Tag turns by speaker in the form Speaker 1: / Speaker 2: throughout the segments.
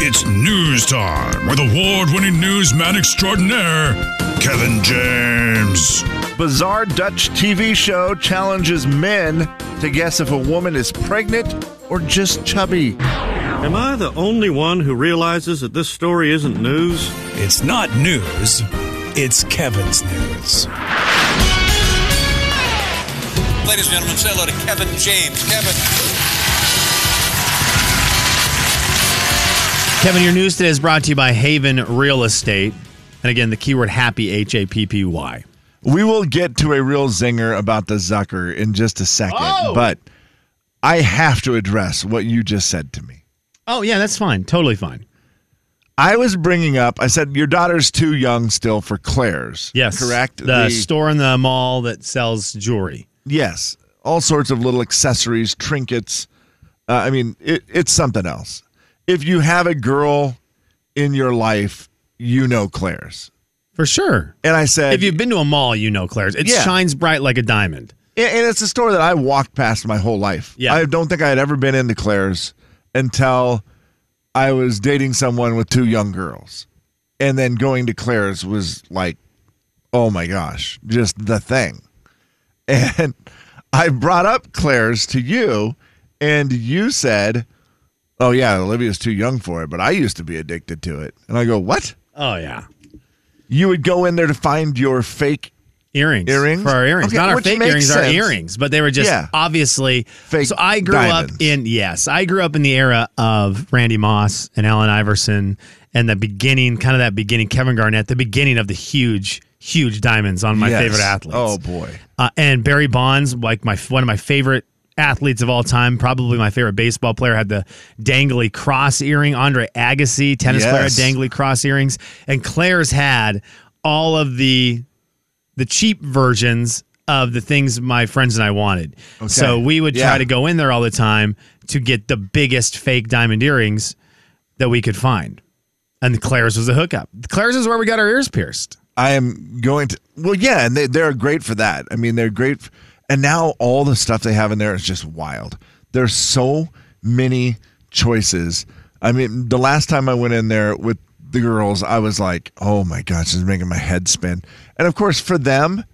Speaker 1: It's news time with award winning newsman extraordinaire, Kevin James.
Speaker 2: Bizarre Dutch TV show challenges men to guess if a woman is pregnant or just chubby.
Speaker 3: Am I the only one who realizes that this story isn't news?
Speaker 4: It's not news, it's Kevin's news.
Speaker 5: Ladies and gentlemen, say hello to Kevin James. Kevin.
Speaker 6: Kevin, your news today is brought to you by Haven Real Estate. And again, the keyword happy, H A P P Y.
Speaker 2: We will get to a real zinger about the Zucker in just a second,
Speaker 6: Oh!
Speaker 2: but I have to address what you just said to me.
Speaker 6: Oh, yeah, that's fine. Totally fine.
Speaker 2: I was bringing up, I said, your daughter's too young still for Claire's.
Speaker 6: Yes.
Speaker 2: Correct?
Speaker 6: The, store in the mall that sells jewelry.
Speaker 2: Yes, all sorts of little accessories, trinkets. Uh, I mean, it, it's something else. If you have a girl in your life, you know Claire's.
Speaker 6: For sure.
Speaker 2: And I said,
Speaker 6: If you've been to a mall, you know Claire's. It
Speaker 2: Yeah.
Speaker 6: shines bright like a diamond.
Speaker 2: Yeah, and it's a store that I walked past my whole life.
Speaker 6: Yeah.
Speaker 2: I don't think I had ever been into Claire's until I was dating someone with two young girls. And then going to Claire's was like, oh my gosh, just the thing. And I brought up Claire's to you, and you said, oh yeah, Olivia's too young for it, but I used to be addicted to it. And I go, what?
Speaker 6: Oh, yeah.
Speaker 2: You would go in there to find your fake
Speaker 6: Earrings.
Speaker 2: Earrings?
Speaker 6: For our earrings.
Speaker 2: Okay,
Speaker 6: Not our
Speaker 2: which
Speaker 6: fake
Speaker 2: makes
Speaker 6: earrings, our
Speaker 2: sense.
Speaker 6: earrings, but they were just
Speaker 2: Yeah.
Speaker 6: obviously
Speaker 2: Fake
Speaker 6: So I grew
Speaker 2: diamonds.
Speaker 6: up in yes, I grew up in the era of Randy Moss and Allen Iverson and the beginning, kind of that beginning, Kevin Garnett, the beginning of the huge, huge diamonds on my
Speaker 2: Yes.
Speaker 6: favorite athletes.
Speaker 2: Oh boy.
Speaker 6: uh, and Barry Bonds, like my one of my favorite athletes of all time, probably my favorite baseball player, had the dangly cross earring. Andre Agassi, tennis player, had
Speaker 2: Yes.
Speaker 6: dangly cross earrings, and Claire's had all of the the cheap versions of the things my friends and I wanted. So we would try
Speaker 2: Yeah.
Speaker 6: to go in there all the time to get the biggest fake diamond earrings that we could find. And Claire's was a hookup. Claire's is where we got our ears pierced.
Speaker 2: I am going to. Well, yeah, and they they're great for that. I mean, they're great. f- And now all the stuff they have in there is just wild. There's so many choices. I mean, the last time I went in there with the girls, I was like, "Oh my gosh, this is making my head spin." And of course, for them,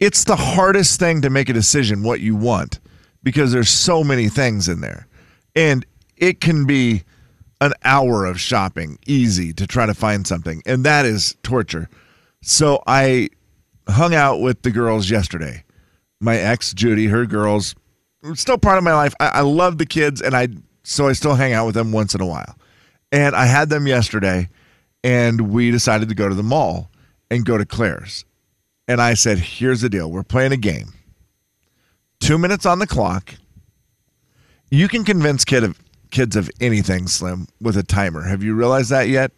Speaker 2: it's the hardest thing to make a decision what you want because there's so many things in there. And it can be an hour of shopping easy to try to find something. And that is torture. So I hung out with the girls yesterday. My ex, Judy, her girls, still part of my life. I, I love the kids and I so I still hang out with them once in a while. And I had them yesterday and we decided to go to the mall and go to Claire's and I said, "Here's the deal. We're playing a game. Two minutes on the clock. You can convince kid of, kids of anything, Slim, with a timer. Have you realized that yet?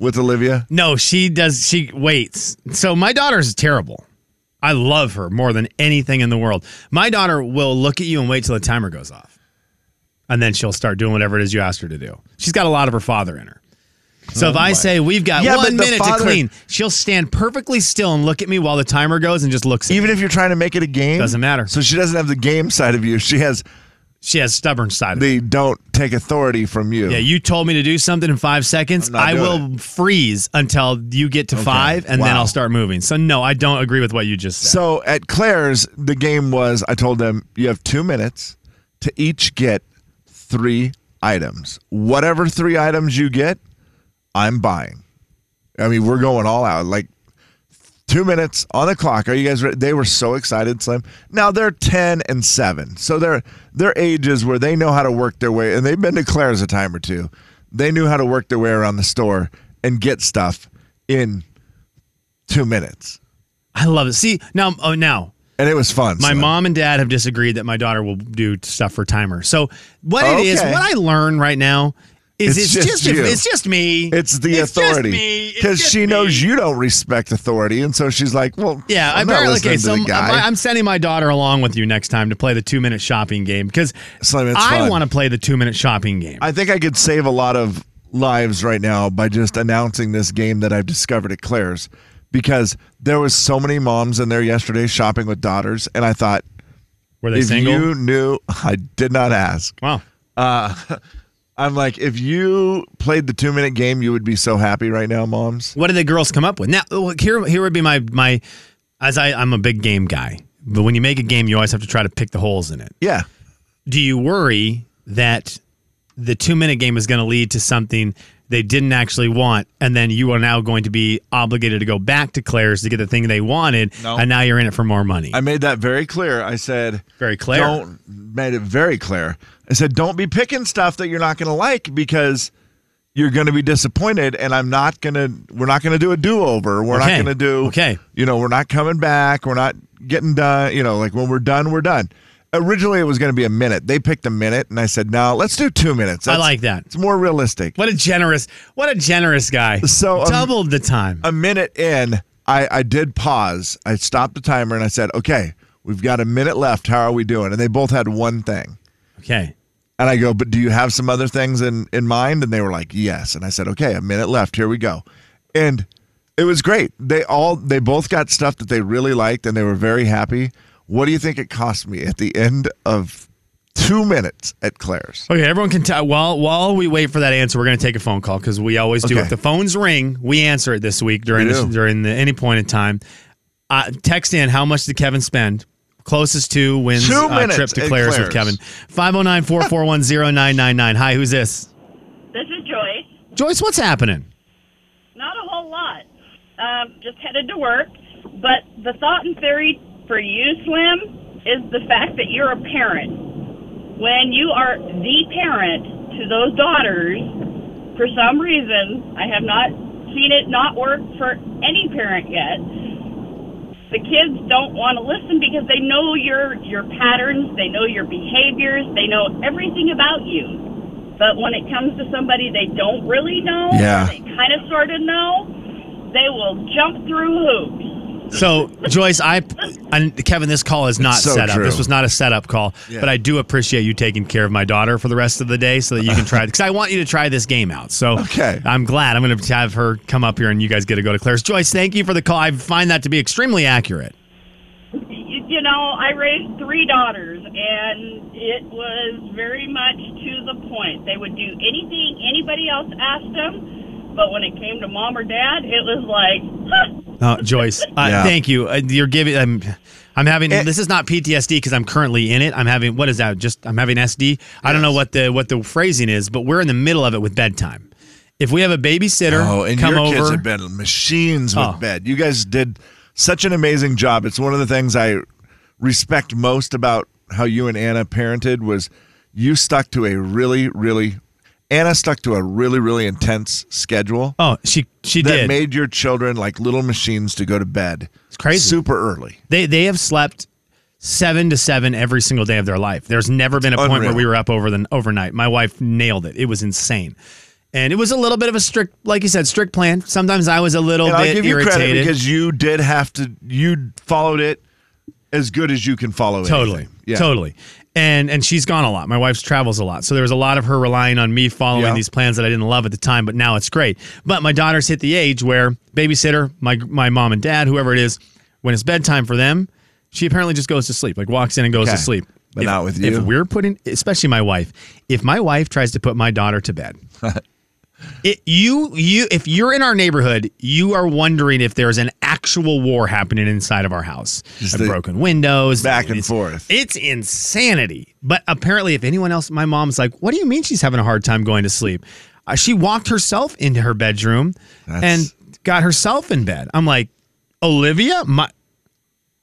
Speaker 2: With Olivia,
Speaker 6: No, she does. She waits. So my daughter's terrible. I love her more than anything in the world. My daughter will look at you and wait till the timer goes off. And then she'll start doing whatever it is you ask her to do. She's got a lot of her father in her. So if I say we've got
Speaker 2: Oh, Yeah,
Speaker 6: one
Speaker 2: but the
Speaker 6: minute to
Speaker 2: father-
Speaker 6: clean, she'll stand perfectly still and look at me while the timer goes and just looks at
Speaker 2: even
Speaker 6: me.
Speaker 2: if you're trying to make it a game,
Speaker 6: Doesn't matter.
Speaker 2: So she doesn't have the game side of you. She has
Speaker 6: She has stubborn side. Of it.
Speaker 2: the don't take authority from you.
Speaker 6: Yeah, you told me to do something in five seconds.
Speaker 2: I'm not
Speaker 6: I
Speaker 2: doing
Speaker 6: will freeze until you get to five, and then
Speaker 2: Wow.
Speaker 6: I'll start moving. So no, I don't agree with what you just said.
Speaker 2: So at Claire's, the game was I told them you have two minutes to each get three items. Whatever three items you get, I'm buying. I mean, we're going all out. Like two minutes on the clock. Are you guys ready? They were so excited, Slim. Now they're ten and seven, so they're they're ages where they know how to work their way, and they've been to Claire's a time or two. They knew how to work their way around the store and get stuff in two minutes,
Speaker 6: I love it. See now, oh now
Speaker 2: and it was fun.
Speaker 6: My
Speaker 2: Slim.
Speaker 6: mom and dad have disagreed that my daughter will do stuff for timer. So what it is,
Speaker 2: Okay.
Speaker 6: what I learn right now is
Speaker 2: It's
Speaker 6: it's,
Speaker 2: just
Speaker 6: just,
Speaker 2: you.
Speaker 6: it's just me.
Speaker 2: It's the
Speaker 6: just me.
Speaker 2: authority
Speaker 6: It's
Speaker 2: because
Speaker 6: just
Speaker 2: she
Speaker 6: me.
Speaker 2: knows you don't respect authority, and so she's like, "Well,
Speaker 6: Yeah,
Speaker 2: I'm
Speaker 6: I
Speaker 2: not
Speaker 6: barely,
Speaker 2: listening
Speaker 6: okay,
Speaker 2: to
Speaker 6: so
Speaker 2: the
Speaker 6: I'm,
Speaker 2: guy."
Speaker 6: I'm sending my daughter along with you next time to play the two minute shopping game because
Speaker 2: Slim, it's
Speaker 6: I
Speaker 2: fun.
Speaker 6: want to play the two minute shopping game.
Speaker 2: I think I could save a lot of lives right now by just announcing this game that I've discovered at Claire's because there was so many moms in there yesterday shopping with daughters, and I thought
Speaker 6: Were they
Speaker 2: if
Speaker 6: single?
Speaker 2: you knew, I did not ask.
Speaker 6: wow.
Speaker 2: I'm like, if you played the two minute game, you would be so happy right now, moms.
Speaker 6: What did the girls come up with? Now look, here here would be my my as I I'm a big game guy. But when you make a game, you always have to try to pick the holes in it.
Speaker 2: Yeah.
Speaker 6: Do you worry that the two minute game is going to lead to something they didn't actually want, and then you are now going to be obligated to go back to Claire's to get the thing they wanted,
Speaker 2: No.
Speaker 6: and now you're in it for more money?
Speaker 2: I made that very clear. I said,
Speaker 6: Very clear.
Speaker 2: Don't, made it very clear. I said, don't be picking stuff that you're not going to like because you're going to be disappointed. And I'm not going to, we're not going to do a do over. We're
Speaker 6: Okay.
Speaker 2: not going to do,
Speaker 6: Okay.
Speaker 2: you know, we're not coming back. We're not getting done. You know, like when we're done, we're done. Originally, it was going to be a minute. They picked a minute, and I said, no, let's do two minutes.
Speaker 6: I like that.
Speaker 2: It's more realistic.
Speaker 6: What a generous, what a generous guy.
Speaker 2: So, um,
Speaker 6: doubled the time.
Speaker 2: a minute in, I, I did pause. I stopped the timer and I said, okay, we've got a minute left. How are we doing? And they both had one thing.
Speaker 6: okay.
Speaker 2: And I go, but do you have some other things in, in mind? And they were like, yes. And I said, okay, a minute left. Here we go. And it was great. They all, they both got stuff that they really liked and they were very happy. What do you think it cost me at the end of two minutes at Claire's?
Speaker 6: Okay, everyone can tell. While while we wait for that answer, we're going to take a phone call because we always do.
Speaker 2: Okay.
Speaker 6: If the phones ring, we answer it this week during
Speaker 2: We
Speaker 6: this,
Speaker 2: do.
Speaker 6: during the, any point in time. Uh, text in how much did Kevin spend? Closest to wins
Speaker 2: Two
Speaker 6: uh,
Speaker 2: minutes
Speaker 6: trip to
Speaker 2: at
Speaker 6: Claire's, with
Speaker 2: Claire's.
Speaker 6: Kevin. 509 441 999 Hi, who's this?
Speaker 7: This is Joyce.
Speaker 6: Joyce, what's happening?
Speaker 7: Not a whole lot. Um, just headed to work. But the thought and theory for you, Slim, is the fact that you're a parent. When you are the parent to those daughters, for some reason, I have not seen it not work for any parent yet. The kids don't want to listen because they know your your patterns, they know your behaviors, they know everything about you. But when it comes to somebody they don't really know,
Speaker 2: Yeah.
Speaker 7: they kind of sort of know, they will jump through hoops.
Speaker 6: So, Joyce, I, I Kevin, this call is not
Speaker 2: so
Speaker 6: set up.
Speaker 2: true.
Speaker 6: This was not a setup call, but I do appreciate you taking care of my daughter for the rest of the day so that you can try because I want you to try this game out. So,
Speaker 2: Okay.
Speaker 6: I'm glad I'm going to have her come up here and you guys get to go to Claire's. Joyce, thank you for the call. I find that to be extremely accurate.
Speaker 7: you, you know, I raised three daughters, and it was very much to the point. They would do anything anybody else asked them, but when it came to mom or dad, it was like, huh,
Speaker 6: Uh, Joyce, uh,
Speaker 2: Yeah. Eh.
Speaker 6: thank you. Uh, you're giving. I'm, I'm having. this is not PTSD because I'm currently in it. I'm having. What is that? Just I'm having SD. I don't know what the what the phrasing is, but we're in the middle of it with bedtime. If we have a babysitter
Speaker 2: Oh, and
Speaker 6: come
Speaker 2: your
Speaker 6: over,
Speaker 2: kids have been machines with
Speaker 6: Oh.
Speaker 2: bed. You guys did such an amazing job. It's one of the things I respect most about how you and Anna parented was you stuck to a really, really Anna stuck to a really, really intense schedule
Speaker 6: Oh, she she
Speaker 2: that
Speaker 6: did.
Speaker 2: made your children like little machines to go to bed. It's
Speaker 6: crazy.
Speaker 2: Super early.
Speaker 6: they they have slept seven to seven every single day of their life. There's never been a point where
Speaker 2: unreal.
Speaker 6: we were up over the overnight. My wife nailed it. It was insane. And it was a little bit of a strict, like you said, strict plan. Sometimes I was a little
Speaker 2: And
Speaker 6: bit
Speaker 2: I'll give you
Speaker 6: irritated.
Speaker 2: credit because you did have to you followed it as good as you can follow it.
Speaker 6: Totally. Totally. And and she's gone a lot. My wife's travels a lot. So there was a lot of her relying on me following
Speaker 2: Yeah.
Speaker 6: these plans that I didn't love at the time, but now it's great. But my daughter's hit the age where babysitter, my my mom and dad, whoever it is, when it's bedtime for them, she apparently just goes to sleep, like walks in and goes
Speaker 2: Okay.
Speaker 6: to sleep.
Speaker 2: But
Speaker 6: If-
Speaker 2: not with
Speaker 6: If
Speaker 2: you.
Speaker 6: we're putting especially my wife, if my wife tries to put my daughter to bed, it, you you if you're in our neighborhood, you are wondering if there's an actual war happening inside of our house.
Speaker 2: Just
Speaker 6: I've
Speaker 2: the-
Speaker 6: broken windows,
Speaker 2: Back and
Speaker 6: it's-
Speaker 2: forth.
Speaker 6: It's insanity. But apparently, if anyone else, my mom's like, "What do you mean she's having a hard time going to sleep?" Uh, she walked herself into her bedroom
Speaker 2: That's-
Speaker 6: and got herself in bed. I'm like, Olivia, my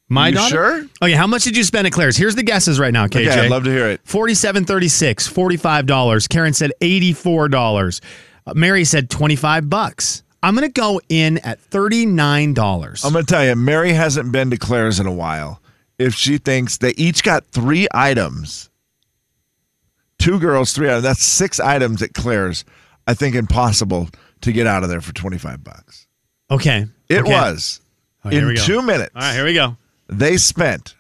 Speaker 6: my
Speaker 2: You
Speaker 6: daughter.
Speaker 2: sure?
Speaker 6: Oh yeah. How much did you spend at Claire's? Here's the guesses right now, KJ.
Speaker 2: Okay, I'd love to hear it.
Speaker 6: Forty-seven thirty-six, forty-five dollars. Karen said eighty-four dollars. Uh, Mary said twenty-five bucks. I'm gonna go in at thirty-nine dollars.
Speaker 2: I'm gonna tell you, Mary hasn't been to Claire's in a while. If she thinks they each got three items, two girls, three items, that's six items at Claire's. I think impossible to get out of there for 25 bucks.
Speaker 6: Okay.
Speaker 2: It
Speaker 6: Okay.
Speaker 2: was
Speaker 6: Oh, here we
Speaker 2: in
Speaker 6: go.
Speaker 2: two minutes.
Speaker 6: All right, here we go.
Speaker 2: They spent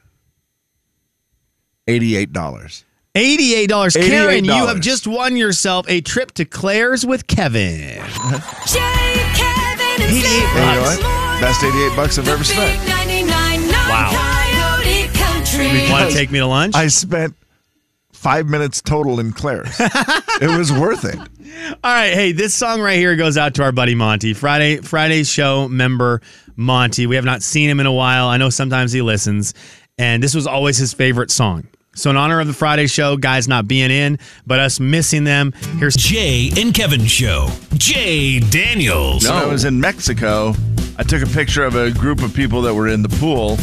Speaker 2: $88. dollars
Speaker 6: Eighty-eight dollars. Karen, you have
Speaker 2: $88.
Speaker 6: just won yourself a trip to Claire's with Kevin.
Speaker 8: Jay, Kevin, and
Speaker 6: 88
Speaker 8: Slim.
Speaker 2: And you know what?
Speaker 6: Bucks.
Speaker 2: Best 88 bucks I've
Speaker 8: The
Speaker 2: ever spent.
Speaker 8: big 99.9
Speaker 6: Wow.
Speaker 8: Coyote Country.
Speaker 6: Want to take me to lunch?
Speaker 2: I spent five minutes total in Claire's. it was worth it.
Speaker 6: All right, hey, this song right here goes out to our buddy Monty, Friday Friday's show member Monty. We have not seen him in a while. I know sometimes he listens, and this was always his favorite song. So in honor of the Friday show, guys not being in, but us missing them, here's
Speaker 4: Jay and Kevin show. Jay Daniels.
Speaker 2: When I was in Mexico, I took a picture of a group of people that were in the pool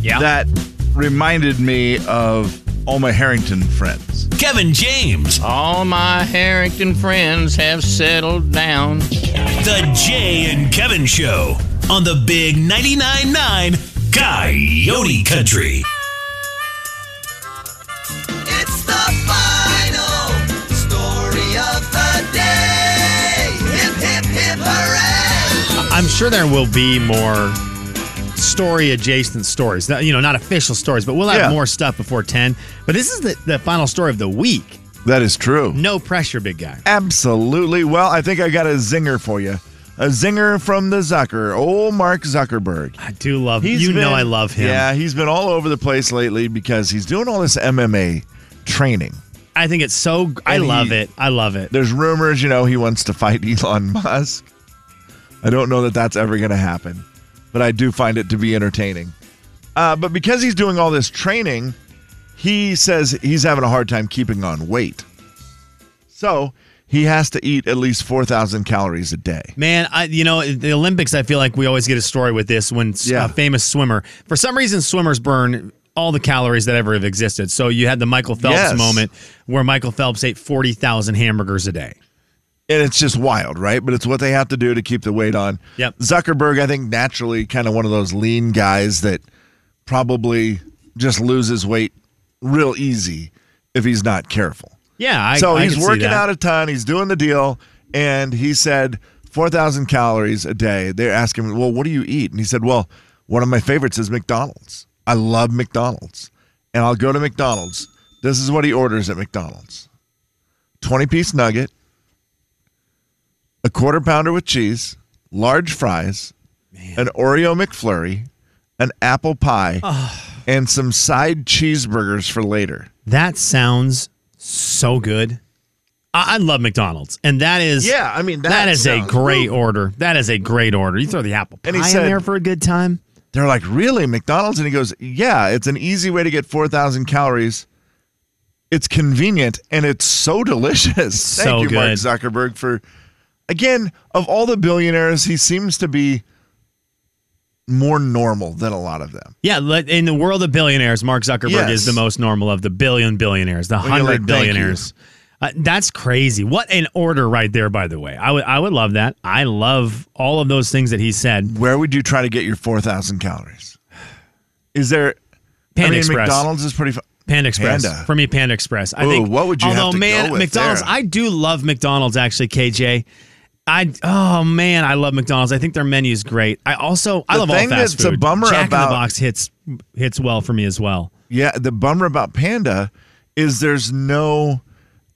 Speaker 6: yeah.
Speaker 2: that reminded me of all my Harrington friends.
Speaker 4: Kevin James.
Speaker 9: All my Harrington friends have settled down.
Speaker 4: The Jay and Kevin show on the Big 99.9 9 Coyote Country.
Speaker 10: It's the final story of the day. Hip, hip, hip, hooray!
Speaker 6: I'm sure there will be more story adjacent stories. Not- You know, not official stories, but we'll have
Speaker 2: Yeah.
Speaker 6: more stuff before 10. But this is the, the final story of the week.
Speaker 2: That is true.
Speaker 6: No pressure, big guy.
Speaker 2: Absolutely. Well, I think I got a zinger for you. A zinger from the Zucker, old Mark Zuckerberg.
Speaker 6: I do love
Speaker 2: He's
Speaker 6: you know
Speaker 2: been-
Speaker 6: I love him.
Speaker 2: Yeah, he's been all over the place lately because he's doing all this MMA training.
Speaker 6: I think it's so gr- I
Speaker 2: And he-
Speaker 6: love it. I love it.
Speaker 2: There's rumors, you know, he wants to fight Elon Musk. I don't know that that's ever going to happen, but I do find it to be entertaining. Uh, but because he's doing all this training, he says he's having a hard time keeping on weight. So he has to eat at least 4,000 calories a day.
Speaker 6: Man, I you know the Olympics. I feel like we always get a story with this when s-
Speaker 2: Yeah.
Speaker 6: a famous swimmer. For some reason, swimmers burn all the calories that ever have existed. So you had the Michael Phelps
Speaker 2: Yes.
Speaker 6: moment where Michael Phelps ate forty thousand hamburgers a day.
Speaker 2: and it's just wild, right? But it's what they have to do to keep the weight on.
Speaker 6: Yep.
Speaker 2: Zuckerberg, I think, naturally kind of one of those lean guys that probably just loses weight real easy if he's not careful.
Speaker 6: Yeah, I,
Speaker 2: so
Speaker 6: I
Speaker 2: he's
Speaker 6: can see
Speaker 2: working
Speaker 6: that.
Speaker 2: out a ton. He's doing the deal, and he said four thousand calories a day. They're asking, him, well, what do you eat? And he said, well, one of my favorites is McDonald's. I love McDonald's, and I'll go to McDonald's. This is what he orders at McDonald's: twenty piece nugget, a quarter pounder with cheese, large fries, an Oreo McFlurry, an apple pie, and some side cheeseburgers for later.
Speaker 6: That sounds so good. I, I love McDonald's, and that is
Speaker 2: Yeah, I mean, that
Speaker 6: that is a
Speaker 2: sounds-
Speaker 6: great order. That is a great order. You throw the apple pie
Speaker 2: And he
Speaker 6: in
Speaker 2: said-
Speaker 6: there for a good time.
Speaker 2: they're like, really, McDonald's? And he goes, yeah, it's an easy way to get 4,000 calories. It's convenient and it's so delicious. Thank
Speaker 6: so
Speaker 2: you,
Speaker 6: good.
Speaker 2: Mark Zuckerberg, for, again, of all the billionaires, he seems to be more normal than a lot of them.
Speaker 6: Yeah, let- in the world of billionaires, Mark Zuckerberg
Speaker 2: Yes.
Speaker 6: is the most normal of the billion billionaires, the
Speaker 2: you're like,
Speaker 6: hundred
Speaker 2: "Thank
Speaker 6: billionaires. Uh, that's crazy. What an order right there, by the way. I would I would love that. I love all of those things that he said.
Speaker 2: Where would you try to get your 4,000 calories? Is there,
Speaker 6: Panda
Speaker 2: I mean,
Speaker 6: Express.
Speaker 2: McDonald's is pretty, fu-
Speaker 6: Panda Express
Speaker 2: Panda.
Speaker 6: for me. Panda Express. I
Speaker 2: Ooh,
Speaker 6: think.
Speaker 2: what would you have
Speaker 6: Although,
Speaker 2: to go
Speaker 6: man,
Speaker 2: with
Speaker 6: McDonald's.
Speaker 2: there?
Speaker 6: I do love McDonald's. Actually, KJ. I oh man, I love McDonald's. I think their menu is great. I also I
Speaker 2: The
Speaker 6: love all
Speaker 2: thing
Speaker 6: fast
Speaker 2: that's a
Speaker 6: food.
Speaker 2: bummer
Speaker 6: Jack in
Speaker 2: about-
Speaker 6: the Box hits hits well for me as well.
Speaker 2: Yeah, the bummer about Panda is there's no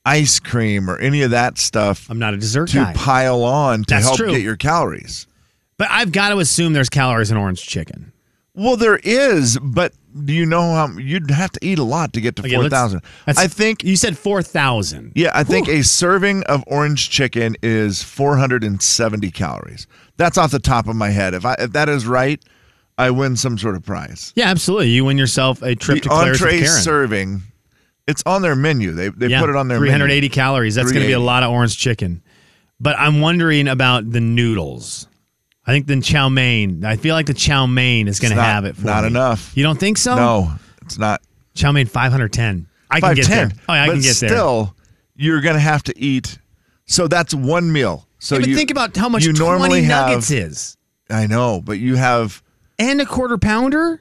Speaker 2: ice cream or any of that stuff
Speaker 6: I'm not a dessert
Speaker 2: to
Speaker 6: guy.
Speaker 2: pile on to
Speaker 6: That's
Speaker 2: help
Speaker 6: true.
Speaker 2: get your calories.
Speaker 6: But I've got to assume there's calories in orange chicken.
Speaker 2: Well, there is, but do you know how you'd have to eat a lot to get to
Speaker 6: Okay, let's-
Speaker 2: 4,000?
Speaker 6: that's-
Speaker 2: I think
Speaker 6: you said four thousand.
Speaker 2: yeah, I think a serving of orange chicken is 470 calories. That's off the top of my head. If I if that is right, I win some sort of prize.
Speaker 6: Yeah, absolutely. You win yourself a trip to
Speaker 2: the
Speaker 6: Claire's with
Speaker 2: entree
Speaker 6: Karen.
Speaker 2: serving, it's on their menu. They they
Speaker 6: Yeah,
Speaker 2: put it on their
Speaker 6: 380
Speaker 2: menu.
Speaker 6: calories. That's going to be a
Speaker 2: 380.
Speaker 6: lot of orange chicken. But I'm wondering about the noodles. I think the chow mein. I feel like the chow mein is going to
Speaker 2: It's not-
Speaker 6: have it. For
Speaker 2: not
Speaker 6: me.
Speaker 2: enough.
Speaker 6: You don't think so?
Speaker 2: No, it's not.
Speaker 6: Chow mein 510. I can get there.
Speaker 2: 510.
Speaker 6: Oh, yeah, I
Speaker 2: but
Speaker 6: can get
Speaker 2: still,
Speaker 6: there.
Speaker 2: you're going to have to eat. So that's one meal. So
Speaker 6: Yeah, but
Speaker 2: you
Speaker 6: think about how much
Speaker 2: you
Speaker 6: 20
Speaker 2: normally
Speaker 6: nuggets
Speaker 2: have,
Speaker 6: is
Speaker 2: I know, but you have
Speaker 6: and a quarter pounder.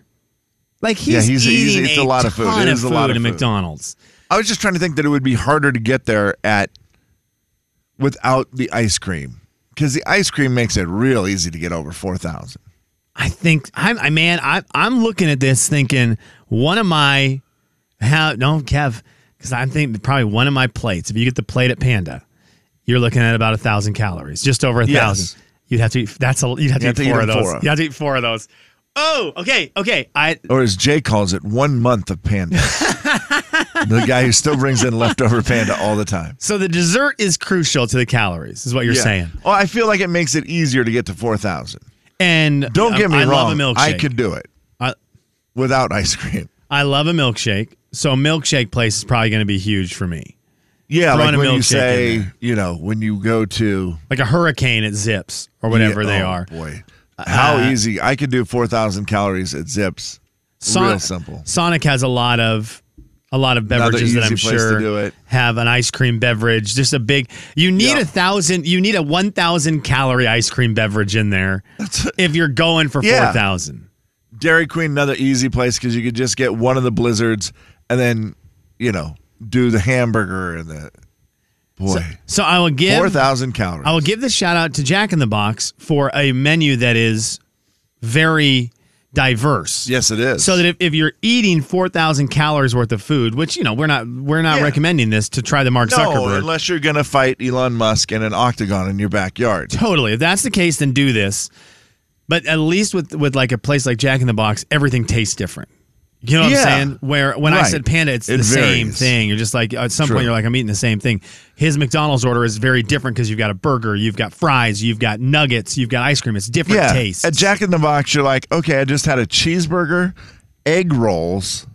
Speaker 6: Like he's
Speaker 2: Yeah, he's- he's-
Speaker 6: eating
Speaker 2: it's
Speaker 6: a,
Speaker 2: a lot of food.
Speaker 6: ton
Speaker 2: It is a lot of
Speaker 6: at
Speaker 2: food.
Speaker 6: McDonald's.
Speaker 2: I was just trying to think that it would be harder to get there at without the ice cream cuz the ice cream makes it real easy to get over 4000.
Speaker 6: I think I'm I man, I I'm looking at this thinking one of my how no Kev, because I'm thinking probably one of my plates. If you get the plate at Panda, you're looking at about a thousand calories, just over a
Speaker 2: Yes.
Speaker 6: thousand. You'd have to eat that's a you'd have to
Speaker 2: You
Speaker 6: eat four of
Speaker 2: them
Speaker 6: those.
Speaker 2: four.
Speaker 6: You have to eat four of those. Oh, okay, okay. I
Speaker 2: Or as Jay calls it, one month of panda. the guy who still brings in leftover panda all the time.
Speaker 6: So the dessert is crucial to the calories, is what you're
Speaker 2: Yeah.
Speaker 6: saying.
Speaker 2: Well, I feel like it makes it easier to get to 4,000.
Speaker 6: And
Speaker 2: Don't
Speaker 6: I-
Speaker 2: get me
Speaker 6: I
Speaker 2: wrong.
Speaker 6: Love a milkshake.
Speaker 2: I could do it
Speaker 6: I,
Speaker 2: without ice cream.
Speaker 6: I love a milkshake. So a milkshake place is probably going to be huge for me.
Speaker 2: Yeah,
Speaker 6: Throwing
Speaker 2: like
Speaker 6: a
Speaker 2: when you
Speaker 6: milkshake in
Speaker 2: say,
Speaker 6: there.
Speaker 2: you know, when you go to
Speaker 6: Like a hurricane at Zips or whatever
Speaker 2: Yeah,
Speaker 6: they
Speaker 2: oh,
Speaker 6: are.
Speaker 2: Boy, how
Speaker 6: Uh,
Speaker 2: easy! I could do four thousand calories at Zips.
Speaker 6: Son-
Speaker 2: Real simple.
Speaker 6: Sonic has a lot of a lot of
Speaker 2: Another
Speaker 6: beverages that
Speaker 2: easy
Speaker 6: I'm
Speaker 2: place to
Speaker 6: sure
Speaker 2: do it.
Speaker 6: have an ice cream beverage. Just a big. You need
Speaker 2: Yeah.
Speaker 6: a thousand. You need a one thousand calorie ice cream beverage in there if you're going for
Speaker 2: Yeah.
Speaker 6: four thousand.
Speaker 2: Dairy Queen, another easy place because you could just get one of the blizzards and then, you know, do the hamburger and the boy
Speaker 6: So I will give
Speaker 2: four thousand calories.
Speaker 6: I will give the shout out to Jack in the Box for a menu that is very diverse.
Speaker 2: yes, it is.
Speaker 6: So that if, if you're eating 4,000 calories worth of food, which you know we're not we're not
Speaker 2: Yeah.
Speaker 6: recommending this to try the Mark
Speaker 2: no,
Speaker 6: Zuckerberg.
Speaker 2: unless you're gonna fight Elon Musk in an octagon in your backyard.
Speaker 6: totally. If that's the case, then do this. But at least with with like a place like Jack in the Box, everything tastes different. You know what
Speaker 2: Yeah.
Speaker 6: I'm saying? Where when I
Speaker 2: Right.
Speaker 6: said panda, it's
Speaker 2: It
Speaker 6: the same
Speaker 2: varies.
Speaker 6: thing. You're just like at some
Speaker 2: True.
Speaker 6: point you're like I'm eating the same thing. His McDonald's order is very different because you've got a burger, you've got fries, you've got nuggets, you've got ice cream. It's different
Speaker 2: Yeah,
Speaker 6: tastes.
Speaker 2: at Jack in the Box, you're like, okay, I just had a cheeseburger, egg rolls,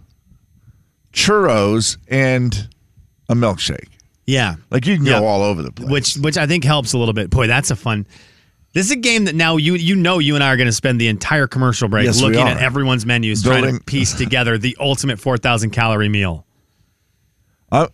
Speaker 2: churros, and a milkshake.
Speaker 6: yeah,
Speaker 2: Like you can
Speaker 6: Yeah.
Speaker 2: go all over the place.
Speaker 6: which which I think helps a little bit. Boy, that's a fun. This is a game that now you you know you and I are going to spend the entire commercial break
Speaker 2: Yes, we
Speaker 6: looking
Speaker 2: are.
Speaker 6: at everyone's menus, trying
Speaker 2: Building-
Speaker 6: to piece together the ultimate four thousand calorie meal.
Speaker 2: I,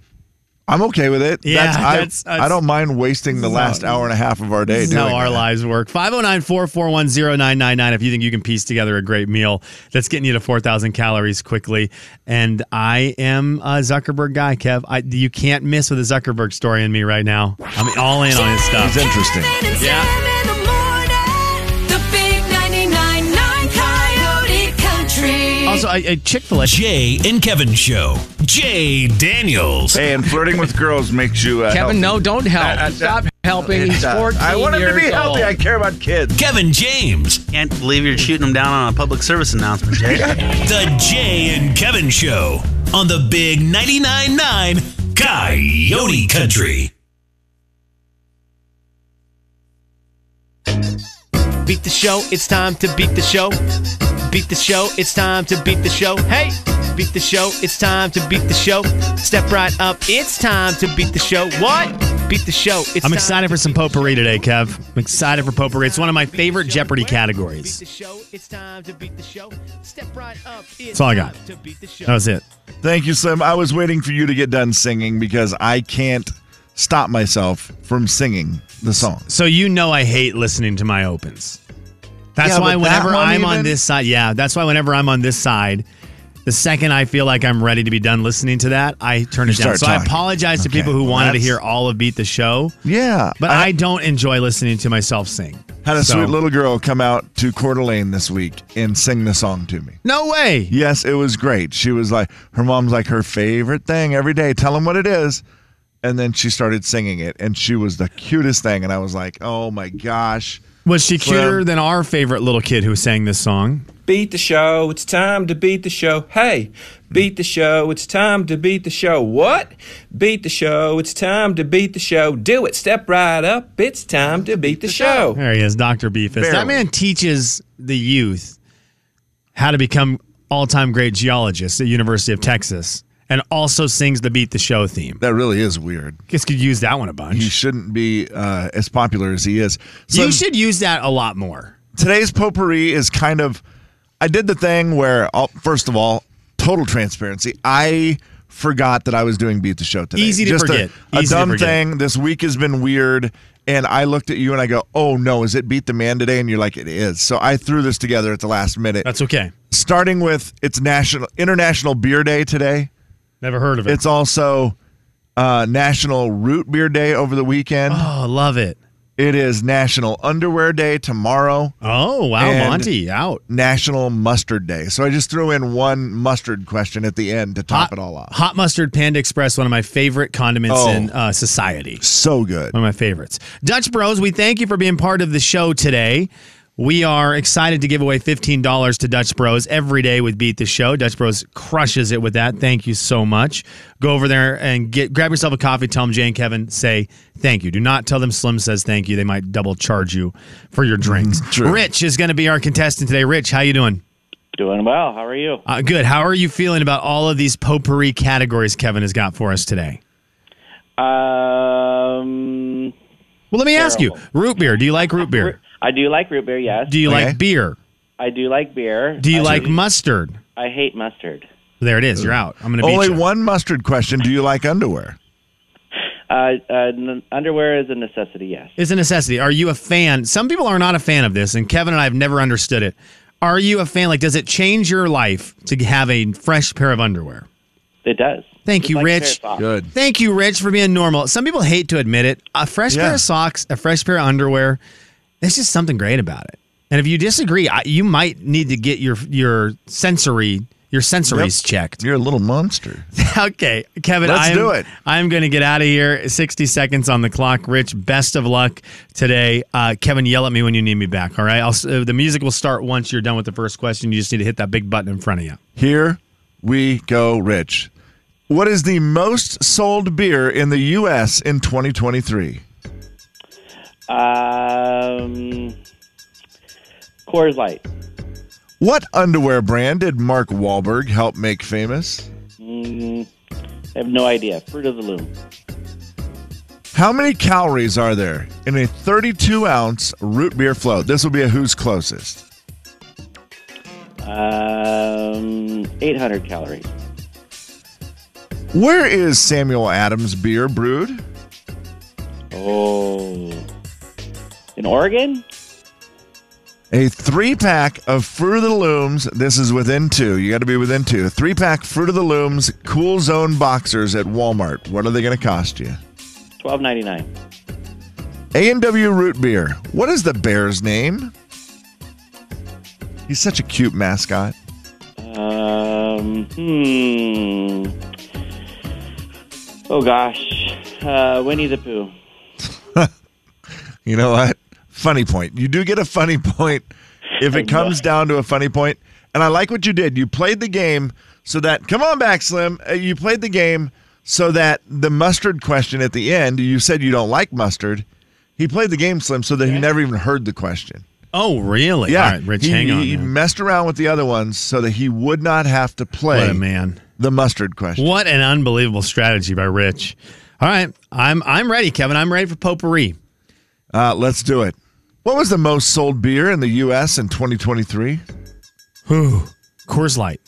Speaker 2: I'm okay with it.
Speaker 6: Yeah,
Speaker 2: that's, I,
Speaker 6: that's- that's-
Speaker 2: I don't mind wasting the last hour and a half of our day.
Speaker 6: This is
Speaker 2: doing
Speaker 6: how our
Speaker 2: that.
Speaker 6: lives work. 509 441 0999 if you think you can piece together a great meal that's getting you to 4,000 calories quickly. And I am a Zuckerberg guy, Kev. I, you can't miss with a Zuckerberg story in me right now. I'm all in on his stuff.
Speaker 2: He's interesting.
Speaker 8: Kevin, and
Speaker 6: Yeah.
Speaker 8: Slim in the morning. The big 99.9 Coyote Country.
Speaker 6: Also, I, I Chick fil A.
Speaker 4: Jay and Kevin Show. Jay Daniels.
Speaker 11: Hey, and flirting with girls makes you. Uh,
Speaker 9: Kevin, no,
Speaker 11: healthy.
Speaker 9: don't help.
Speaker 11: I- I-
Speaker 9: Stop helping.
Speaker 11: It
Speaker 9: He's
Speaker 11: does.
Speaker 9: 14
Speaker 11: uh, I want him to be
Speaker 9: years
Speaker 11: healthy. I
Speaker 9: old.
Speaker 11: care about kids.
Speaker 4: Kevin James.
Speaker 10: Can't believe you're shooting them down on a public service announcement, Jay.
Speaker 4: The Jay and Kevin Show on the Big 99.9 9 Coyote Country.
Speaker 12: Beat the show, it's time to beat the show. Beat the show, it's time to beat the show. Hey! Beat the show, it's time to beat the show. Step right up, it's time to beat the show. What? Beat the show, it's
Speaker 6: I'm
Speaker 12: time
Speaker 6: excited for some potpourri today, Kev. I'm excited for potpourri. It's one of my favorite Jeopardy
Speaker 12: Beat the
Speaker 6: categories.
Speaker 12: show, it's time to beat the show. Step right up, it's
Speaker 6: That's all I got.
Speaker 12: time to beat the show.
Speaker 6: That was it.
Speaker 2: Thank you, Slim. I was waiting for you to get done singing because I can't stop myself from singing the song.
Speaker 6: So you know I hate listening to my opens. That's
Speaker 2: Yeah,
Speaker 6: why
Speaker 2: but that
Speaker 6: whenever
Speaker 2: one
Speaker 6: I'm on
Speaker 2: even?
Speaker 6: this side, yeah, that's why whenever I'm on this side, the second I feel like I'm ready to be done listening to that, I turn
Speaker 2: You
Speaker 6: it down.
Speaker 2: start
Speaker 6: So I
Speaker 2: talking.
Speaker 6: apologize to
Speaker 2: Okay,
Speaker 6: people who
Speaker 2: well,
Speaker 6: wanted to
Speaker 2: that's-
Speaker 6: hear all of Beat the Show,
Speaker 2: Yeah,
Speaker 6: but I, don't enjoy listening to myself sing.
Speaker 2: had a
Speaker 6: So-
Speaker 2: sweet little girl come out to Coeur d'Alene this week and sing the song to me.
Speaker 6: No way.
Speaker 2: Yes, it was great. She was like, her mom's like, her favorite thing every day. Tell them what it is. And then she started singing it, and she was the cutest thing. And I was like, oh my gosh.
Speaker 6: Was she
Speaker 2: Slim.
Speaker 6: cuter than our favorite little kid who sang this song?
Speaker 13: Beat the show, it's time to beat the show. Hey, beat the show, it's time to beat the show. What? Beat the show, it's time to beat the show. Do it, step right up, it's time to beat the show.
Speaker 6: There he is, Dr. Beefus. That
Speaker 2: Barely.
Speaker 6: man teaches the youth how to become all-time great geologists at University of Texas and also sings the Beat the Show theme.
Speaker 2: That really is weird.
Speaker 6: Guess could use that one a
Speaker 2: He
Speaker 6: bunch.
Speaker 2: shouldn't be uh, as popular as he is. Slim,
Speaker 6: You should use that a lot more.
Speaker 2: today's potpourri is kind of I did the thing where I'll, first of all, total transparency. I forgot that I was doing beat the show today.
Speaker 6: Easy to
Speaker 2: Just
Speaker 6: forget.
Speaker 2: A, a
Speaker 6: Easy to
Speaker 2: dumb
Speaker 6: forget.
Speaker 2: thing. This week has been weird, and I looked at you and I go, "Oh no, is it beat the man today?" And you're like, "It is." So I threw this together at the last minute.
Speaker 6: That's okay.
Speaker 2: Starting with it's National International Beer Day today.
Speaker 6: Never heard of it.
Speaker 2: It's also uh, National Root Beer Day over the weekend.
Speaker 6: oh, love it.
Speaker 2: It is National Underwear Day tomorrow.
Speaker 6: Oh, wow,
Speaker 2: And-
Speaker 6: Monty out.
Speaker 2: National Mustard Day. So I just threw in one mustard question at the end to top it all off.
Speaker 6: Hot mustard Panda Express, one of my favorite condiments
Speaker 2: Oh.
Speaker 6: in uh, society.
Speaker 2: So good.
Speaker 6: One of my favorites. Dutch Bros, we thank you for being part of the show today. We are excited to give away $15 to Dutch Bros every day with Beat the Show. Dutch Bros crushes it with that. Thank you so much. Go over there and get grab yourself a coffee. Tell them Jay and Kevin say thank you. Do not tell them Slim says thank you. They might double charge you for your drinks. Rich is going to be our contestant today. Rich, how you doing?
Speaker 14: Doing well. How are you?
Speaker 6: Uh, good. How are you feeling about all of these potpourri categories Kevin has got for us today?
Speaker 14: Um,
Speaker 6: Well, let me ask you. Root beer. Do you like root beer?
Speaker 14: I do like root beer. Yes.
Speaker 6: Do you like beer?
Speaker 14: I do like beer.
Speaker 6: Do you
Speaker 14: I
Speaker 6: like mustard?
Speaker 14: I hate mustard.
Speaker 6: There it is. You're out. I'm going to beat
Speaker 2: Only
Speaker 6: you.
Speaker 2: one mustard question. Do you like underwear?
Speaker 14: Uh, uh, n- underwear is a necessity. Yes.
Speaker 6: It's a necessity. Are you a fan? Some people are not a fan of this, and Kevin and I have never understood it. Are you a fan? Like, does it change your life to have a fresh pair of underwear?
Speaker 14: It does.
Speaker 6: Thank
Speaker 14: Just
Speaker 6: you,
Speaker 14: like pair of
Speaker 6: Rich.
Speaker 14: socks.
Speaker 6: Thank you, Rich, for being normal. Some people hate to admit it. A fresh pair of socks, a fresh pair of underwear, there's just something great about it. And if you disagree, I, you might need to get your your sensory your sensories checked.
Speaker 2: You're a little monster.
Speaker 6: okay, Kevin.
Speaker 2: Let's
Speaker 6: I'm,
Speaker 2: do it.
Speaker 6: I'm going to get out of here. 60 seconds on the clock. Rich, best of luck today. Uh, Kevin, yell at me when you need me back. All right. I'll, s- uh, the music will start once you're done with the first question. You just need to hit that big button in front of you.
Speaker 2: Here we go, Rich. What is the most sold beer in the U.S. in 2023?
Speaker 14: Um, Coors Light.
Speaker 2: What underwear brand did Mark Wahlberg help make famous?
Speaker 14: Mm, I have no idea. Fruit of the Loom.
Speaker 2: How many calories are there in a 32 ounce root beer float? This will be a who's closest.
Speaker 14: Um, 800 calories.
Speaker 2: Where is Samuel Adams beer brewed?
Speaker 14: Oh. In Oregon?
Speaker 2: A three pack of Fruit of the Looms. This is within two. You got to be within two. Three pack Fruit of the Looms Cool Zone boxers at Walmart. What are they going to cost you?
Speaker 14: Twelve ninety nine.
Speaker 2: A and W root beer. What is the bear's name? He's such a cute mascot.
Speaker 14: Um, hmm. Oh gosh, uh, Winnie the Pooh.
Speaker 2: You know what? Funny point. You do get a funny point if it comes down to a funny point. And I like what you did. You played the game so that, come on back, Slim. Uh, You played the game so that the mustard question at the end, you said you don't like mustard. He played the game, Slim, so that he never even heard the question.
Speaker 6: Oh, really?
Speaker 2: Yeah.
Speaker 6: All right, Rich,
Speaker 2: he,
Speaker 6: hang on.
Speaker 2: He
Speaker 6: man.
Speaker 2: messed around with the other ones so that he would not have to play
Speaker 6: What a man.
Speaker 2: the mustard question.
Speaker 6: What an unbelievable strategy by Rich. All right. I'm, I'm ready, Kevin. I'm ready for potpourri.
Speaker 2: Uh, let's do it. What was the most sold beer in the U.S. in 2023?
Speaker 6: Who? Coors Light.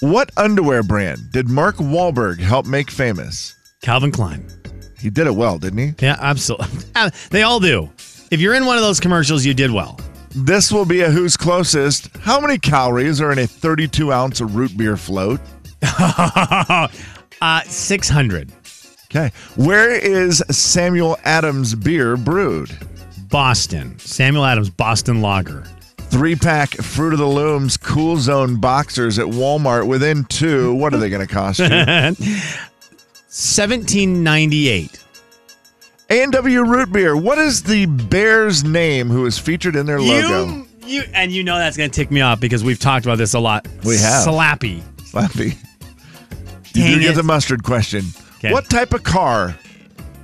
Speaker 2: What underwear brand did Mark Wahlberg help make famous?
Speaker 6: Calvin Klein.
Speaker 2: He did it well, didn't he?
Speaker 6: Yeah, absolutely. they all do. If you're in one of those commercials, you did well.
Speaker 2: This will be a who's closest. How many calories are in a 32 ounce root beer float?
Speaker 6: uh, 600.
Speaker 2: Okay. Where is Samuel Adams beer brewed?
Speaker 6: Boston. Samuel Adams Boston Lager.
Speaker 2: Three pack Fruit of the Looms Cool Zone boxers at Walmart within two. What are they going to cost you?
Speaker 6: 1798.
Speaker 2: A&W Root Beer. What is the bear's name who is featured in their logo?
Speaker 6: You, you, and you know that's going to tick me off because we've talked about this a lot.
Speaker 2: We have.
Speaker 6: Slappy.
Speaker 2: Slappy. You do
Speaker 6: Dang
Speaker 2: get
Speaker 6: it.
Speaker 2: the mustard question.
Speaker 6: 'Kay.
Speaker 2: What type of car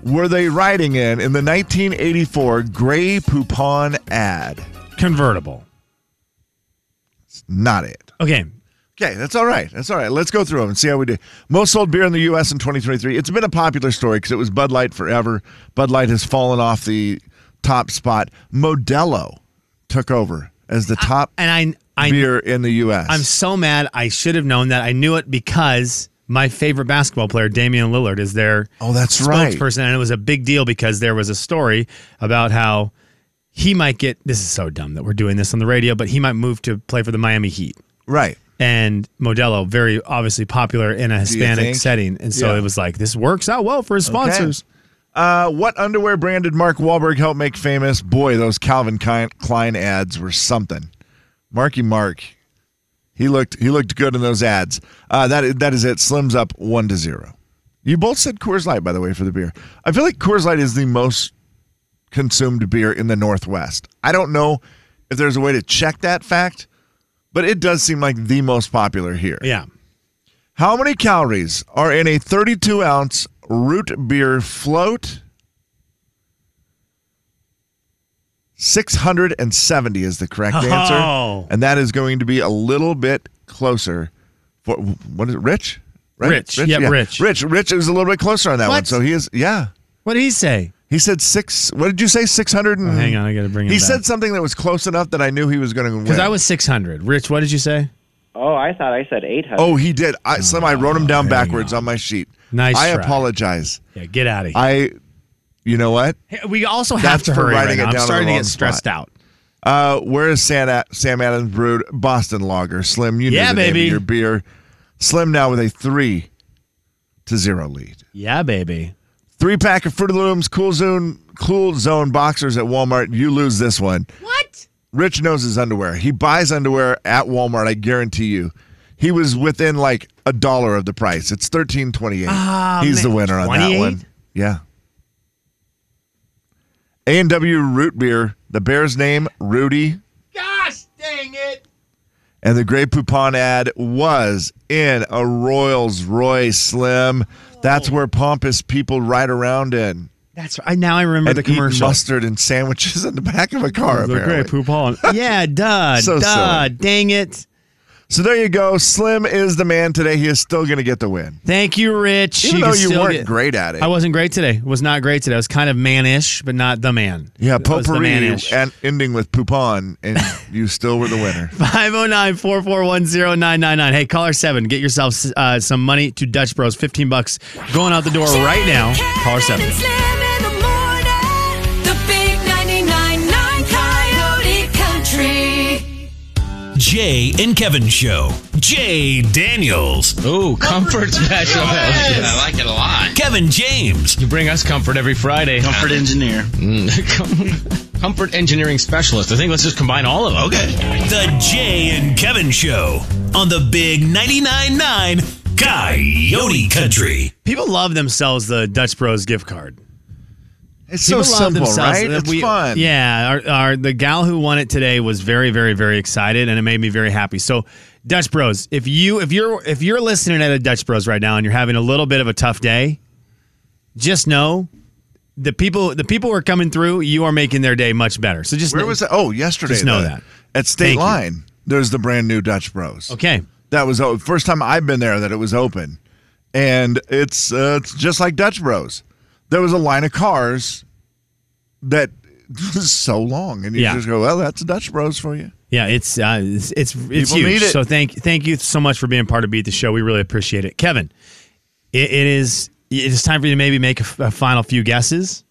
Speaker 2: were they riding in in the 1984 Gray Poupon ad?
Speaker 6: Convertible.
Speaker 2: It's not it.
Speaker 6: Okay.
Speaker 2: Okay, that's all right. That's all right. Let's go through them and see how we do. Most sold beer in the U.S. in 2023. It's been a popular story because it was Bud Light forever. Bud Light has fallen off the top spot. Modelo took over as the top
Speaker 6: and I, I
Speaker 2: beer in the U.S.
Speaker 6: I'm so mad. I should have known that. I knew it because my favorite basketball player, Damian Lillard, is their
Speaker 2: Oh, that's right.
Speaker 6: spokesperson, and it was a big deal because there was a story about how he might get. This is so dumb that we're doing this on the radio, but he might move to play for the Miami Heat.
Speaker 2: right.
Speaker 6: And Modelo, very obviously popular in a Hispanic
Speaker 2: think?
Speaker 6: setting, and so
Speaker 2: Yeah.
Speaker 6: it was like this works out well for his
Speaker 2: Okay.
Speaker 6: sponsors.
Speaker 2: Uh, what underwear brand did Mark Wahlberg help make famous? Boy, those Calvin Klein Klein ads were something. Marky Mark, he looked he looked good in those ads. Uh, that that is it. Slims up one to zero. You both said Coors Light, by the way, for the beer. I feel like Coors Light is the most consumed beer in the Northwest. I don't know if there's a way to check that fact, but it does seem like the most popular here.
Speaker 6: Yeah.
Speaker 2: How many calories are in a 32 ounce root beer float? 670 is the correct
Speaker 6: Oh.
Speaker 2: answer. And that is going to be a little bit closer for what is it, Rich?
Speaker 6: Rich. Yep, Rich.
Speaker 2: Rich. Rich is a little bit closer on that one.
Speaker 6: What?
Speaker 2: So he is, yeah.
Speaker 6: What did he say?
Speaker 2: He said six. What did you say? 600 and.
Speaker 6: Oh, hang on, I gotta bring him
Speaker 2: Mm-hmm. He
Speaker 6: back.
Speaker 2: said something that was close enough that I knew he was going to win.
Speaker 6: Because I was 600. Rich, what did you say?
Speaker 14: Oh, I thought I said 800.
Speaker 2: Oh, he did. I, Slim, I wrote him down backwards on my sheet.
Speaker 6: Oh, Nice
Speaker 2: I
Speaker 6: try.
Speaker 2: apologize.
Speaker 6: Yeah, get out of here.
Speaker 2: I, you know what?
Speaker 6: Hey, we also have
Speaker 2: That's
Speaker 6: to
Speaker 2: for
Speaker 6: hurry right
Speaker 2: writing it
Speaker 6: now. I'm
Speaker 2: down on
Speaker 6: starting
Speaker 2: the
Speaker 6: to
Speaker 2: wrong
Speaker 6: get stressed
Speaker 2: spot.
Speaker 6: out.
Speaker 2: Uh, where is Sam, Ad- Sam Adams brewed Boston Lager? Slim, you
Speaker 6: Yeah,
Speaker 2: know the name of
Speaker 6: baby.
Speaker 2: your beer. Slim now with a three to zero lead.
Speaker 6: Yeah, baby.
Speaker 2: Three pack of Fruit of the Looms Cool Zone Cool Zone boxers at Walmart. You lose this one.
Speaker 8: What?
Speaker 2: Rich knows his underwear. He buys underwear at Walmart. I guarantee you. He was within like a dollar of the price. It's thirteen twenty eight.
Speaker 6: Ah,
Speaker 2: He's the
Speaker 6: man.
Speaker 2: winner on
Speaker 6: 28?
Speaker 2: that one. Yeah. A and W root beer. The Bears name Rudy,
Speaker 12: Gosh dang it!
Speaker 2: and the Grey Poupon ad was in a Royals Royce Slim. That's where pompous people ride around in.
Speaker 6: That's right. Now I remember the
Speaker 2: and eat
Speaker 6: commercial.
Speaker 2: mustard and sandwiches in the back of a car.
Speaker 6: The
Speaker 2: apparently.
Speaker 6: Grey Poupon. yeah, duh,
Speaker 2: So
Speaker 6: duh.
Speaker 2: silly.
Speaker 6: Dang it.
Speaker 2: So there you go. Slim is the man today. He is still going to get the win.
Speaker 6: Thank you, Rich.
Speaker 2: Even though
Speaker 6: can
Speaker 2: you
Speaker 6: still
Speaker 2: weren't
Speaker 6: get-
Speaker 2: great at it.
Speaker 6: I wasn't great today. Was not great today. I was kind of manish, but not the man.
Speaker 2: yeah,
Speaker 6: I was the
Speaker 2: potpourri
Speaker 6: man-ish.
Speaker 2: and ending with poupon, and you still were the winner.
Speaker 6: 509-441-0999. Hey, caller 7, get yourself uh, some money to Dutch Bros. 15 bucks going out the door right now. Caller 7.
Speaker 8: Slim in the morning. The big 99.9 Coyote Country.
Speaker 4: Jay and Kevin Show. Jay Daniels.
Speaker 9: Ooh, comfort special.
Speaker 4: Yes.
Speaker 9: I like it a lot.
Speaker 4: Kevin James.
Speaker 9: You bring us comfort every Friday.
Speaker 10: Comfort engineer.
Speaker 9: Mm. comfort engineering specialist. I think let's just combine all of them. Okay.
Speaker 4: The Jay and Kevin Show on the Big 99.9 9 Coyote Country.
Speaker 6: People love themselves the Dutch Bros gift card.
Speaker 2: It's so
Speaker 6: People love
Speaker 2: simple,
Speaker 6: themselves.
Speaker 2: right?
Speaker 6: Uh,
Speaker 2: It's
Speaker 6: we-
Speaker 2: fun.
Speaker 6: Yeah, our, our the gal who won it today was very, very, very excited, and it made me very happy. So, Dutch Bros, if you if you're if you're listening at a Dutch Bros right now and you're having a little bit of a tough day, just know the people the people who are coming through, you are making their day much better. So just
Speaker 2: Where was that? Oh, yesterday.
Speaker 6: Just know
Speaker 2: the-
Speaker 6: that.
Speaker 2: At State
Speaker 6: Thank you.
Speaker 2: Line, there's the brand new Dutch Bros.
Speaker 6: Okay.
Speaker 2: That was the first time I've been there that it was open. And it's, uh, it's just like Dutch Bros. There was a line of cars that was so long. And you
Speaker 6: Yeah.
Speaker 2: just go, well, that's Dutch Bros for you.
Speaker 6: Yeah, it's uh, it's it's, it's
Speaker 2: People
Speaker 6: huge.
Speaker 2: need it.
Speaker 6: So thank thank you so much for being part of Beat the Show. We really appreciate it, Kevin. It, it is it is time for you to maybe make a, f- a final few guesses.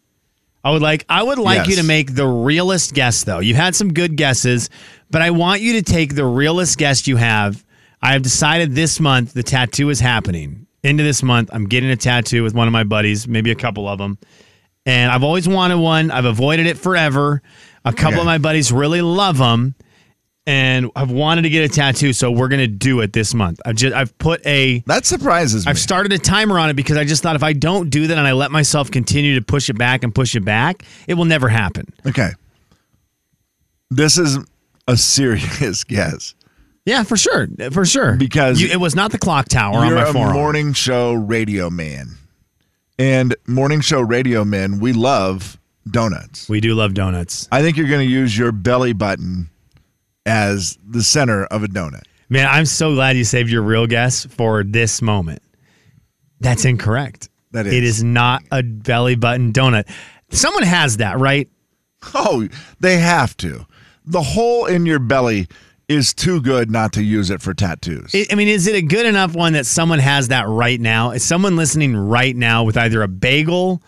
Speaker 6: I would like I would like you
Speaker 2: Yes.
Speaker 6: to make the realest guess though. You've had some good guesses, but I want you to take the realest guess you have. I have decided this month the tattoo is happening. Into this month, I'm getting a tattoo with one of my buddies, maybe a couple of them. And I've always wanted one. I've avoided it forever. A couple
Speaker 2: Okay.
Speaker 6: of my buddies really love them and I've wanted to get a tattoo, so we're gonna do it this month. I've just I've put a
Speaker 2: That surprises me.
Speaker 6: I've started a timer on it because I just thought if I don't do that and I let myself continue to push it back and push it back, it will never happen.
Speaker 2: Okay. This is a serious guess
Speaker 6: Yeah, for sure, for sure.
Speaker 2: because
Speaker 6: You- it was not the clock tower on
Speaker 2: you're
Speaker 6: my
Speaker 2: a
Speaker 6: forearm.
Speaker 2: morning show radio man. And morning show radio men, we love donuts.
Speaker 6: we do love donuts,
Speaker 2: I think you're going to use your belly button as the center of a donut.
Speaker 6: man. I'm so glad you saved your real guess for this moment. That's incorrect.
Speaker 2: That
Speaker 6: It
Speaker 2: is.
Speaker 6: is not a belly button donut. Someone has that, right?
Speaker 2: Oh, they have to. The hole in your belly is too good not to use it for tattoos.
Speaker 6: It, I mean, is it a good enough one that someone has that right now? Is someone listening right now with either a bagel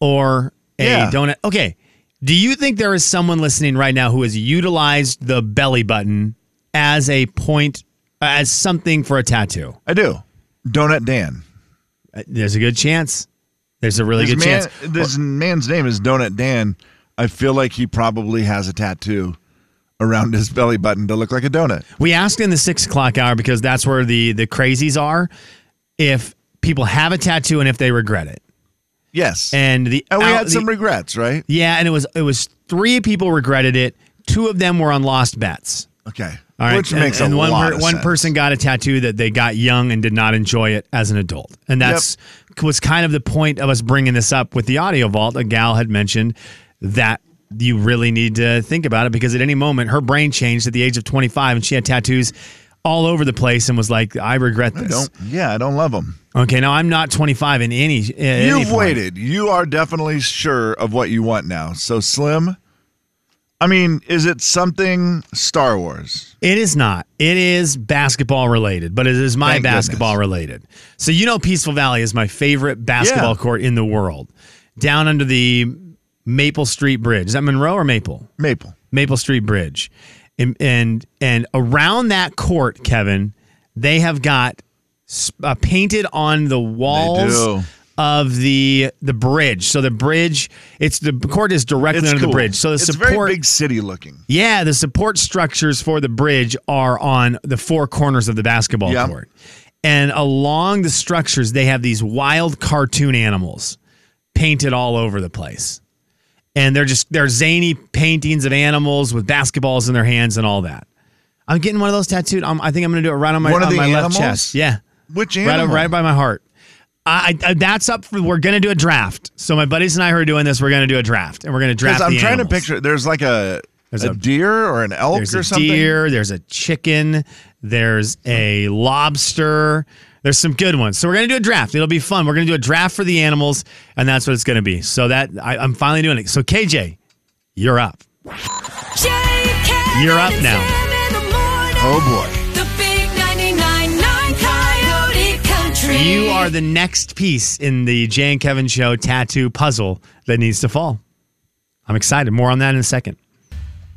Speaker 6: or a
Speaker 2: Yeah.
Speaker 6: donut? Okay. Do you think there is someone listening right now who has utilized the belly button as a point, as something for a tattoo?
Speaker 2: I do. Donut Dan.
Speaker 6: Uh, There's a good chance. There's a really
Speaker 2: this
Speaker 6: good
Speaker 2: man,
Speaker 6: chance.
Speaker 2: This man's name is Donut Dan. I feel like he probably has a tattoo around his belly button to look like a donut.
Speaker 6: We asked in the six o'clock hour because that's where the the crazies are. If people have a tattoo and if they regret it,
Speaker 2: Yes.
Speaker 6: and the
Speaker 2: And Oh, we
Speaker 6: out-
Speaker 2: had some
Speaker 6: the-
Speaker 2: regrets, right?
Speaker 6: Yeah, and it was it was three people regretted it. two of them were on lost bets.
Speaker 2: Okay.
Speaker 6: All right.
Speaker 2: Which
Speaker 6: and,
Speaker 2: makes a
Speaker 6: and one,
Speaker 2: lot
Speaker 6: per-
Speaker 2: of
Speaker 6: one
Speaker 2: sense.
Speaker 6: person got a tattoo that they got young and did not enjoy it as an adult. And that's was kind of the point of us bringing this up with the audio vault. A gal had mentioned that you really need to think about it because at any moment her brain changed at the age of 25 and she had tattoos all over the place and was like, I regret
Speaker 2: I
Speaker 6: this.
Speaker 2: don't. Yeah, I don't love them.
Speaker 6: Okay, now I'm not 25 in any. You've
Speaker 2: You've waited. You are definitely sure of what you want now. So Slim, I mean, is it something Star Wars?
Speaker 6: It is not. It is basketball related, but it is my
Speaker 2: Thank goodness.
Speaker 6: basketball related. So you know, Peaceful Valley is my favorite basketball
Speaker 2: Yeah.
Speaker 6: court in the world. Down under the Maple Street Bridge. Is that Monroe or Maple?
Speaker 2: Maple.
Speaker 6: Maple Street Bridge, and and, and around that court, Kevin, they have got sp- uh, painted on the
Speaker 2: do.
Speaker 6: walls. Of the the bridge, so the bridge, it's the court is directly
Speaker 2: It's
Speaker 6: under
Speaker 2: cool.
Speaker 6: the bridge. So the
Speaker 2: it's
Speaker 6: support
Speaker 2: very big city looking.
Speaker 6: yeah, the support structures for the bridge are on the four corners of the basketball
Speaker 2: Yep.
Speaker 6: court. And along the structures, they have these wild cartoon animals painted all over the place. And they're just, they're zany paintings of animals with basketballs in their hands and all that. I'm getting one of those tattooed. i I think I'm going to do it right on my,
Speaker 2: One of
Speaker 6: on
Speaker 2: the
Speaker 6: my
Speaker 2: animals?
Speaker 6: left chest. Yeah.
Speaker 2: Which
Speaker 6: Right,
Speaker 2: animal?
Speaker 6: right by my heart. I, I, that's up for, we're going to do a draft. So my buddies and I who are doing this. We're going to do a draft and we're going to draft
Speaker 2: Because I'm
Speaker 6: the
Speaker 2: trying
Speaker 6: animals.
Speaker 2: to picture. There's like a
Speaker 6: There's
Speaker 2: a,
Speaker 6: a-
Speaker 2: deer or an elk
Speaker 6: There's
Speaker 2: or
Speaker 6: a
Speaker 2: something.
Speaker 6: deer. There's a chicken. There's a lobster. There's some good ones. So we're gonna do a draft. It'll be fun. We're gonna do a draft for the animals, and that's what it's gonna be. So that I, I'm finally doing it. So KJ, you're up. You're up now.
Speaker 2: Oh boy.
Speaker 8: The big 99.9 Coyote Country.
Speaker 6: You are the next piece in the Jay and Kevin Show tattoo puzzle that needs to fall. I'm excited. More on that in a second.